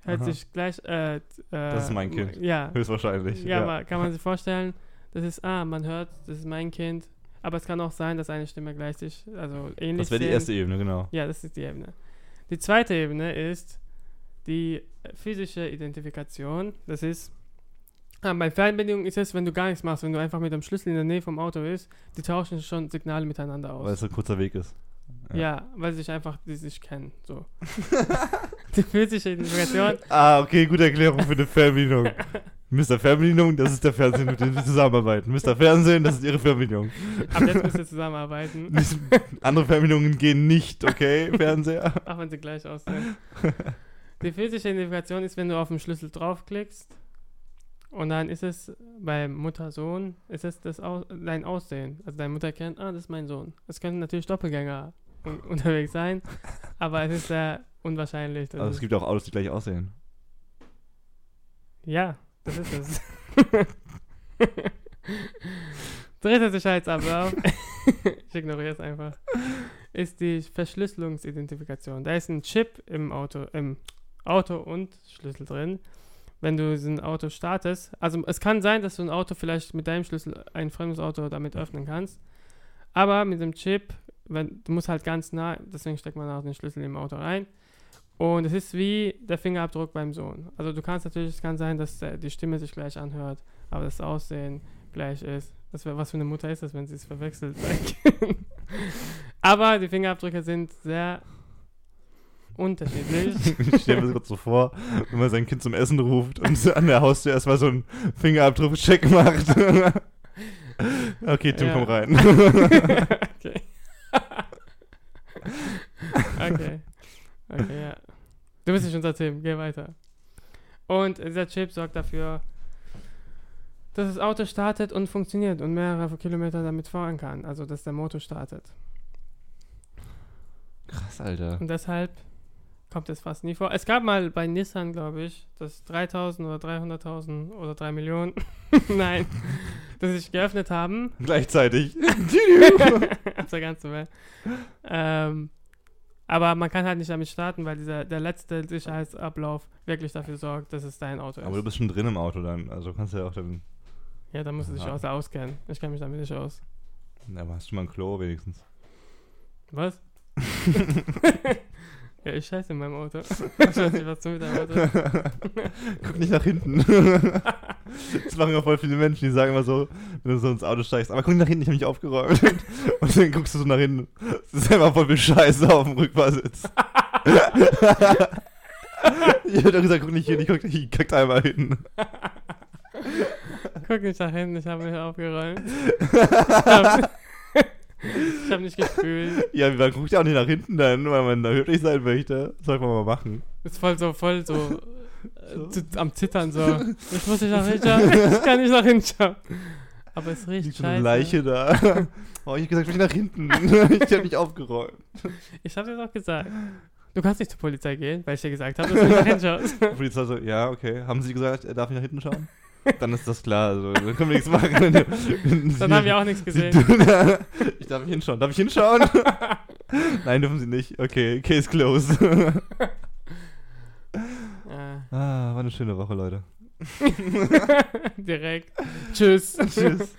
B: hört
A: Aha.
B: sich gleich, äh, t- äh,
A: ist mein Kind.
B: Ja,
A: Höchstwahrscheinlich.
B: ja, aber kann man sich vorstellen, das ist, ah, man hört, das ist mein Kind. Aber es kann auch sein, dass eine Stimme gleich sich, also ähnlich
A: das wäre die
B: klingt.
A: erste Ebene, genau.
B: Ja, das ist die Ebene. Die zweite Ebene ist die physische Identifikation. Das ist, ah, bei Fernbedienung ist es, wenn du gar nichts machst, wenn du einfach mit dem Schlüssel in der Nähe vom Auto bist, die tauschen schon Signale miteinander aus.
A: Weil es so ein kurzer Weg ist.
B: ja. weil sie sich einfach, die sich kennen, so. die physische Identifikation,
A: Ah, okay, gute Erklärung für eine Fernbedienung. Mr. Fernbedienung, das ist der Fernsehen, mit dem wir zusammenarbeiten. Mr. Fernsehen, das ist ihre Fernbedienung.
B: ab jetzt müsst ihr zusammenarbeiten,
A: Andere Fernbedienungen gehen nicht, okay, Fernseher?
B: auch wenn sie gleich aussehen. Die physische Identifikation ist, wenn du auf den Schlüssel draufklickst und dann ist es bei Mutter-Sohn, ist es das Au dein Aussehen. Also deine Mutter kennt, ah, das ist mein Sohn. Es könnten natürlich Doppelgänger un unterwegs sein, aber es ist sehr unwahrscheinlich. dass
A: Aber Also es gibt auch Autos, die gleich aussehen.
B: ja, das ist es. Dritter Sicherheitsablauf, ich ignoriere es einfach, ist die Verschlüsselungsidentifikation. Da ist ein Chip im Auto, im Auto und Schlüssel drin. Wenn du so ein Auto startest, also es kann sein, dass du ein Auto vielleicht mit deinem Schlüssel ein fremdes Auto damit öffnen kannst, aber mit dem Chip, wenn, du musst halt ganz nah, deswegen steckt man auch den Schlüssel im Auto rein. Und es ist wie der Fingerabdruck beim Sohn. Also du kannst natürlich, es kann sein, dass der, die Stimme sich gleich anhört, aber das Aussehen gleich ist. Das wär, was für eine Mutter ist das, wenn sie es verwechselt? aber die Fingerabdrücke sind sehr unterschiedlich.
A: Ich stelle mir das gerade so vor, wenn man sein Kind zum Essen ruft und so an der Haustür erstmal so einen Fingerabdruck-Check macht. Okay, Tim,
B: Ja.
A: komm rein.
B: okay. okay. Okay, ja. Du bist nicht unser Team, geh weiter. Und dieser Chip sorgt dafür, dass das Auto startet und funktioniert und mehrere Kilometer damit fahren kann. Also, dass der Motor startet.
A: Krass, Alter.
B: Und deshalb kommt es fast nie vor. Es gab mal bei Nissan, glaube ich, dass 3000 oder 300.000 oder 3 Millionen, nein, dass sie sich geöffnet haben
A: Gleichzeitig.
B: auf der ganzen Welt. Ähm, aber man kann halt nicht damit starten, weil dieser, der letzte Sicherheitsablauf wirklich dafür sorgt, dass es dein Auto ist.
A: Aber du bist schon drin im Auto dann, also kannst du ja auch dann...
B: ja, da musst du dich
A: Aha.
B: außer auskennen. Ich kenne mich damit nicht aus.
A: Na, aber hast du mal ein Klo wenigstens.
B: Was? ja, ich scheiße in meinem Auto. ich weiß nicht, was du mit deinem Auto
A: Guck nicht nach hinten. Das machen ja voll viele Menschen, die sagen immer so, wenn du so ins Auto steigst, aber guck nach hinten, ich habe mich aufgeräumt. Und dann guckst du so nach hinten. Das ist einfach voll viel Scheiße auf dem Rückfahrsitz. ich hab doch gesagt, guck nicht hin, ich guck ich kack da einmal hin.
B: Guck nicht nach hinten, ich habe mich aufgeräumt. Ich habe hab nicht gespült.
A: Ja, man guckt ja auch nicht nach hinten dann, weil man da höflich sein möchte. Das sollte man mal machen.
B: Ist voll so, voll so, äh,
A: So.
B: zu- am Zittern so. Ich muss nicht nach hinten schauen, ich kann nicht nach hinten schauen. Aber es riecht
A: Liegt schon eine
B: scheiße.
A: Leiche da. Oh, ich hab gesagt, ich nach hinten. ich hab mich aufgeräumt.
B: Ich habe dir doch gesagt. Du kannst nicht zur Polizei gehen, weil ich dir gesagt habe, dass du nicht nach hinten schaust.
A: Die Polizei so, ja, okay. Haben sie gesagt, er darf nicht nach hinten schauen? Dann ist das klar. Also, dann können wir nichts machen. Wenn, wenn
B: Dann
A: sie-
B: haben wir auch nichts
A: sie-
B: gesehen.
A: ich darf nicht hinschauen. Darf ich hinschauen? Nein, dürfen sie nicht. Okay, Case closed.
B: Äh,
A: ah, war eine schöne Woche, Leute.
B: Direkt. Tschüss.
A: Tschüss.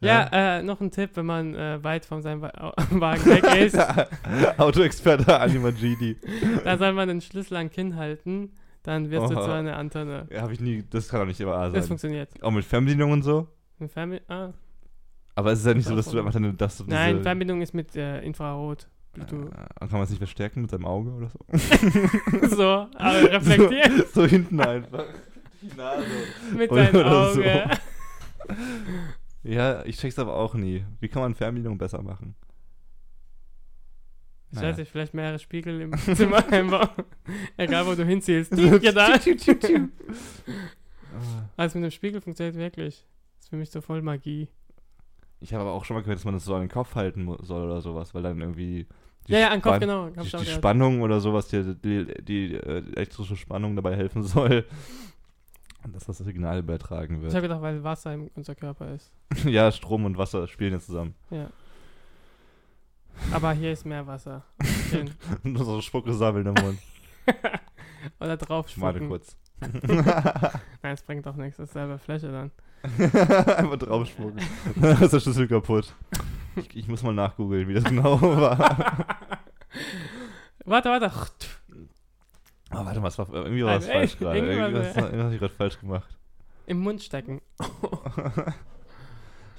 B: Ja, äh, noch ein Tipp, wenn man äh, weit von seinem Wa Au- Wagen weg ist,
A: Autoexperte Anima GD.
B: da soll man den Schlüssel am Kinn halten, dann wirst du
A: Oha.
B: zu einer Antenne.
A: Ja, hab ich nie, das kann doch nicht immer wahr
B: Das
A: sein.
B: funktioniert.
A: Auch mit Fernbedienung und so.
B: Eine Fernbe ah.
A: Aber es ist ja nicht so, dass du einfach deine, dass du
B: Nein,
A: diese-
B: Fernbedienung ist mit äh, Infrarot.
A: Äh,
B: Bluetooth.
A: kann man es nicht verstärken mit seinem Auge oder so?
B: so, aber Also reflektieren
A: So, so hinten einfach. Die Nase.
B: mit
A: Oder-
B: deinem
A: oder so.
B: Auge.
A: Ja, ich check's aber auch nie. Wie kann man Fernbedienung besser machen?
B: Ich
A: Naja.
B: weiß nicht, vielleicht mehrere Spiegel im Zimmer einbauen. Egal, wo du hinziehst.
A: Also,
B: Gedacht.
A: Ah,
B: Also mit dem Spiegel funktioniert wirklich. Das ist für mich so voll Magie.
A: Ich habe aber auch schon mal gehört, dass man das so an den Kopf halten mu- soll oder sowas, weil dann irgendwie Die
B: ja, ja, an den Kopf,
A: Span-
B: genau. Hab
A: die,
B: ich auch
A: die
B: gehört.
A: Spannung oder sowas, die, die, die äh, elektrische Spannung dabei helfen soll. Und dass das Signal übertragen
B: Ich
A: wird.
B: habe gedacht, weil Wasser in unser Körper ist.
A: ja, Strom und Wasser spielen jetzt zusammen.
B: Ja. Aber hier ist mehr Wasser. Schön.
A: Nur so Spucke sammeln im Mund.
B: Oder drauf
A: Ich male
B: spucken.
A: kurz.
B: Nein, es bringt doch nichts. Das ist selber Fläche dann.
A: Einfach draufschmucken. Dann ist der Schlüssel kaputt. Ich, ich muss mal nachgoogeln, wie das genau war.
B: Warte, warte.
A: Oh, warte mal, es war, irgendwie war es
B: Nein,
A: falsch
B: ey,
A: gerade.
B: irgendwas,
A: Irgendwas,
B: ey.
A: irgendwas habe ich gerade falsch gemacht.
B: Im Mund stecken.
A: Ich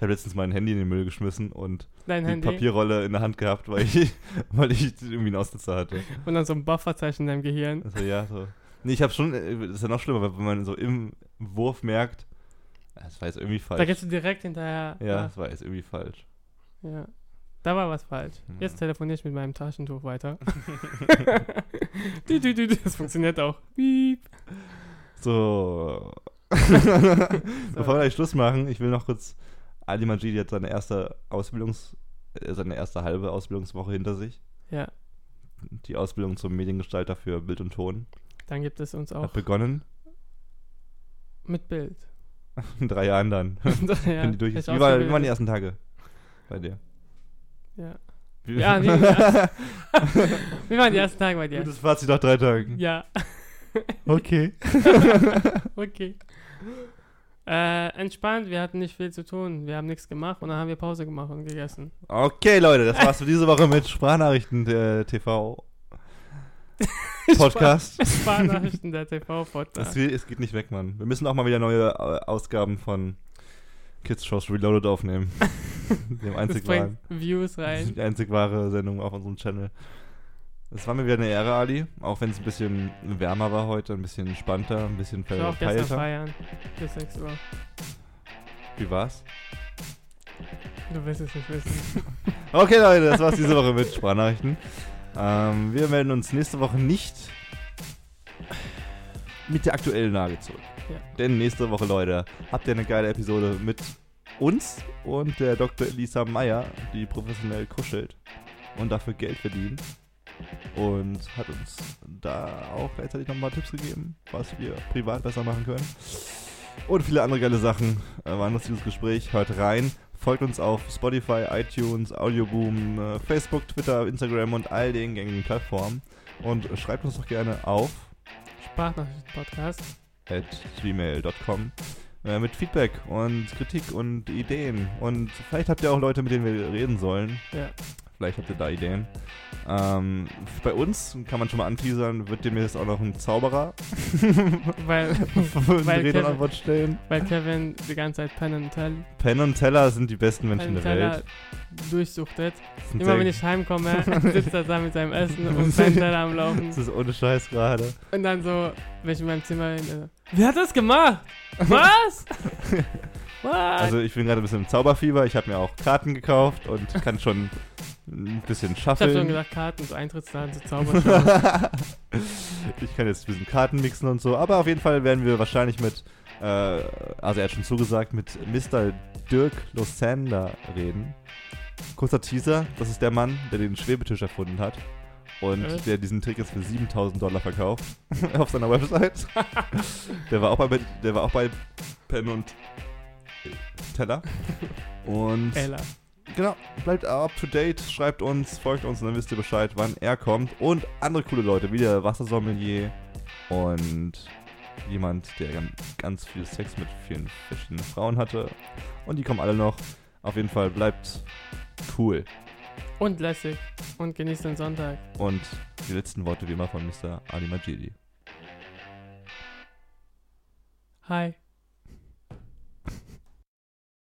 A: habe letztens mein Handy in den Müll geschmissen und
B: Dein
A: die
B: Handy.
A: Papierrolle in der Hand gehabt, weil ich, weil ich irgendwie einen Aussetzer hatte.
B: Und dann so ein Bufferzeichen in deinem Gehirn.
A: Also ja, so. Nee, ich habe schon, äh, das ist ja noch schlimmer, weil wenn man so im Wurf merkt, ah, das war jetzt irgendwie
B: Da
A: falsch.
B: gehst du direkt hinterher.
A: Ja, das war jetzt irgendwie falsch.
B: Ja. Da war was falsch. Jetzt
A: Ja.
B: telefoniere ich mit meinem Taschentuch weiter. Du, du, du, du, das funktioniert auch. Piep.
A: So. Bevor wir gleich Schluss machen, ich will noch kurz. Ali Majidi hat seine erste Ausbildungs-, äh, seine erste halbe Ausbildungswoche hinter sich.
B: Ja.
A: Die Ausbildung zum Mediengestalter für Bild und Ton
B: Dann gibt es uns auch
A: hat begonnen.
B: mit Bild.
A: In drei Jahren dann.
B: ja,
A: Wenn die durch
B: ich
A: ist. Wie, war, wie waren
B: ausgebildet.
A: die ersten Tage bei dir?
B: Ja.
A: Wie,
B: Ja, wie- ja. Wie waren die ersten Tage bei dir?
A: Gutes Fazit nach drei Tagen.
B: Ja,
A: Okay.
B: okay. Äh, entspannt, wir hatten nicht viel zu tun. Wir haben nichts gemacht und dann haben wir Pause gemacht und gegessen.
A: Okay, Leute, das war's für diese Woche mit Sprachnachrichten der TV Podcast.
B: Sparnachrichten der
A: Es,
B: TV-Podcast.
A: geht- es geht nicht weg, Mann. Wir müssen auch mal wieder neue äh, Ausgaben von Kids Shows Reloaded aufnehmen. Dem
B: Das
A: einzig wahren.
B: bringt Views
A: Das ist
B: rein.
A: die einzig wahre Sendung auf unserem Channel. Es war mir wieder eine Ehre, Ali. Auch wenn es ein bisschen wärmer war heute, ein bisschen entspannter, ein bisschen
B: Ich war auch gestern
A: feierter.
B: feiern. Bis 6 Uhr.
A: Wie war's?
B: Du willst es nicht wissen.
A: Okay, Leute, das war's diese Woche mit Sprachnachrichten. Ähm, wir melden uns nächste Woche nicht mit der aktuellen Lage zurück.
B: Ja.
A: Denn nächste Woche, Leute, habt ihr eine geile Episode mit uns und der Dr. Elisa Meyer, die professionell kuschelt und dafür Geld verdient. Und hat uns da auch gleichzeitig noch ein paar Tipps gegeben, was wir privat besser machen können. Und viele andere geile Sachen. Äh, War ein lustiges Gespräch. Hört rein. Folgt uns auf Spotify, iTunes, Audioboom, äh, Facebook, Twitter, Instagram und all den gängigen Plattformen. Und schreibt uns doch gerne auf
B: Sprachnachrichten-Podcast.
A: at gmail.com äh, mit Feedback und Kritik und Ideen. Und vielleicht habt ihr auch Leute, mit denen wir reden sollen.
B: Ja.
A: Vielleicht habt ihr da Ideen. Ähm, bei uns, kann man schon mal anteasern, wird demnächst auch noch ein Zauberer
B: Weil,
A: für
B: Weil
A: Rede und
B: Kevin-
A: Antwort stellen.
B: weil Kevin die ganze Zeit Penn and Tell,
A: Penn und Teller sind die besten
B: Penn
A: Menschen
B: and
A: der
B: Teller
A: Welt.
B: durchsuchtet.
A: Das sind
B: Immer
A: sehr-
B: wenn ich heimkomme, sitzt er da mit seinem Essen und Penn and Teller am Laufen.
A: Das ist ohne Scheiß gerade.
B: Und dann so, wenn ich in meinem Zimmer bin, äh, wer hat das gemacht? Was? What?
A: Also ich bin gerade ein bisschen im Zauberfieber. Ich habe mir auch Karten gekauft und kann schon ein bisschen
B: ich habe schon
A: schaffen.
B: gesagt, Karten, so Eintrittskarten, so Zauberschuhe.
A: ich kann jetzt ein bisschen Karten mixen und so. Aber auf jeden Fall werden wir wahrscheinlich mit, äh, also er hat schon zugesagt, mit Mr. Dirk Losander reden. Kurzer Teaser, das ist der Mann, der den Schwebetisch erfunden hat. Und
B: Äh?
A: der diesen Trick jetzt für 7000 Dollar verkauft auf seiner Website. der, war auch bei, der war auch bei Penn und Teller. Und
B: Ella.
A: Genau, bleibt up to date, schreibt uns, folgt uns und dann wisst ihr Bescheid, wann er kommt. Und andere coole Leute, wie der Wassersommelier und jemand, der gan- ganz viel Sex mit vielen verschiedenen Frauen hatte. Und die kommen alle noch. Auf jeden Fall bleibt cool.
B: Und lässig. Und genießt den Sonntag.
A: Und die letzten Worte wie immer von Mr. Ali Majidi.
B: Hi.